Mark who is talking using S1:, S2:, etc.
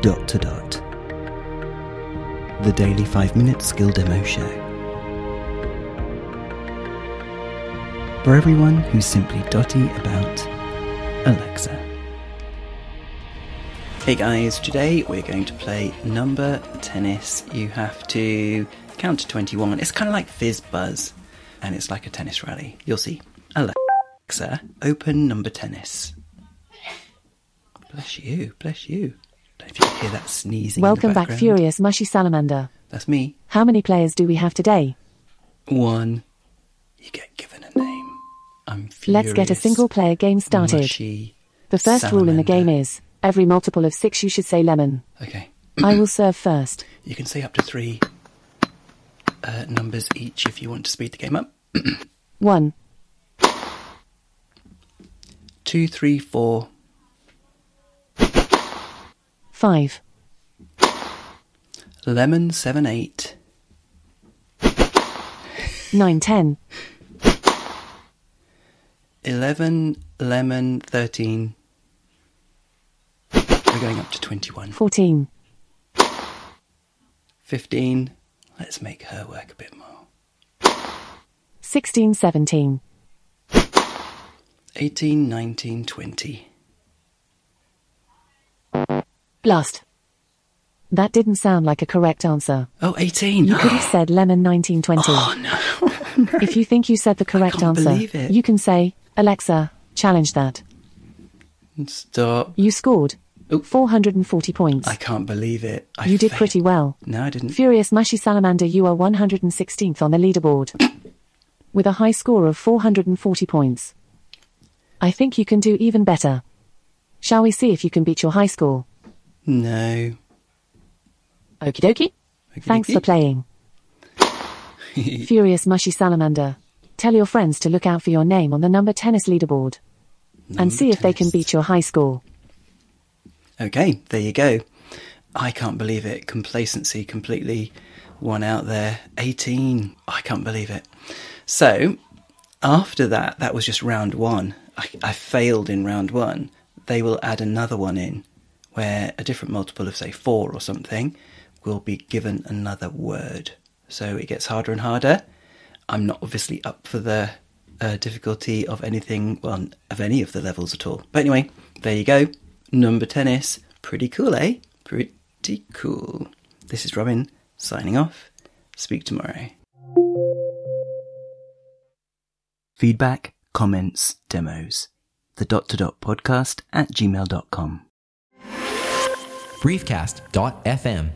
S1: dot to dot. The Daily 5 Minute Skill Demo Show. For everyone who's simply dotty about Alexa. Hey guys, today we're going to play number tennis. You have to count to 21. It's kind of like Fizz Buzz, and it's like a tennis rally. You'll see. Alexa, open number tennis. Bless you, bless you. Don't know if you can hear that sneezing. in the
S2: Welcome back,
S1: background.
S2: Furious Mushy Salamander.
S1: That's me.
S2: How many players do we have today?
S1: One. You get given a name. I'm furious.
S2: Let's get a single player game started.
S1: Mushy
S2: the first rule in the game
S1: salamander.
S2: is every multiple of six, you should say lemon.
S1: Okay.
S2: I will serve first.
S1: You can say up to three uh, numbers each if you want to speed the game up.
S2: One,
S1: Two, three, four,
S2: five,
S1: lemon, seven, eight,
S2: nine, ten,
S1: eleven, lemon, thirteen. We're going up to 21.
S2: fourteen,
S1: 15. Let's make her work a bit more.
S2: sixteen, seventeen,
S1: 18, 19, 20.
S2: Blast. That didn't sound like a correct answer.
S1: Oh, 18.
S2: You could have said lemon 1920.
S1: Oh, no. no.
S2: If you think you said the correct
S1: can't
S2: answer,
S1: believe it.
S2: you can say, Alexa, challenge that.
S1: Stop.
S2: You scored
S1: Oop.
S2: 440 points.
S1: I can't believe it. I
S2: you did
S1: failed.
S2: pretty well.
S1: No, I didn't.
S2: Furious Mushy Salamander, you are 116th on the leaderboard. With a high score of 440 points. I think you can do even better. Shall we see if you can beat your high score?
S1: No.
S2: Okie dokie. Thanks for playing.
S1: playing.
S2: Furious Mushy Salamander. Tell your friends to look out for your name on the number tennis leaderboard and see if they can beat your high score.
S1: Okay, there you go. I can't believe it. Complacency completely won out there. 18. I can't believe it. So, after that, that was just round one. I, I failed in round one. They will add another one in where a different multiple of, say, four or something will be given another word. So it gets harder and harder. I'm not obviously up for the uh, difficulty of anything, well, of any of the levels at all. But anyway, there you go. Number tennis. Pretty cool, eh? Pretty cool. This is Robin signing off. Speak tomorrow. Feedback, comments, demos. The dot to dot podcast at gmail.com.
S3: briefcast.fm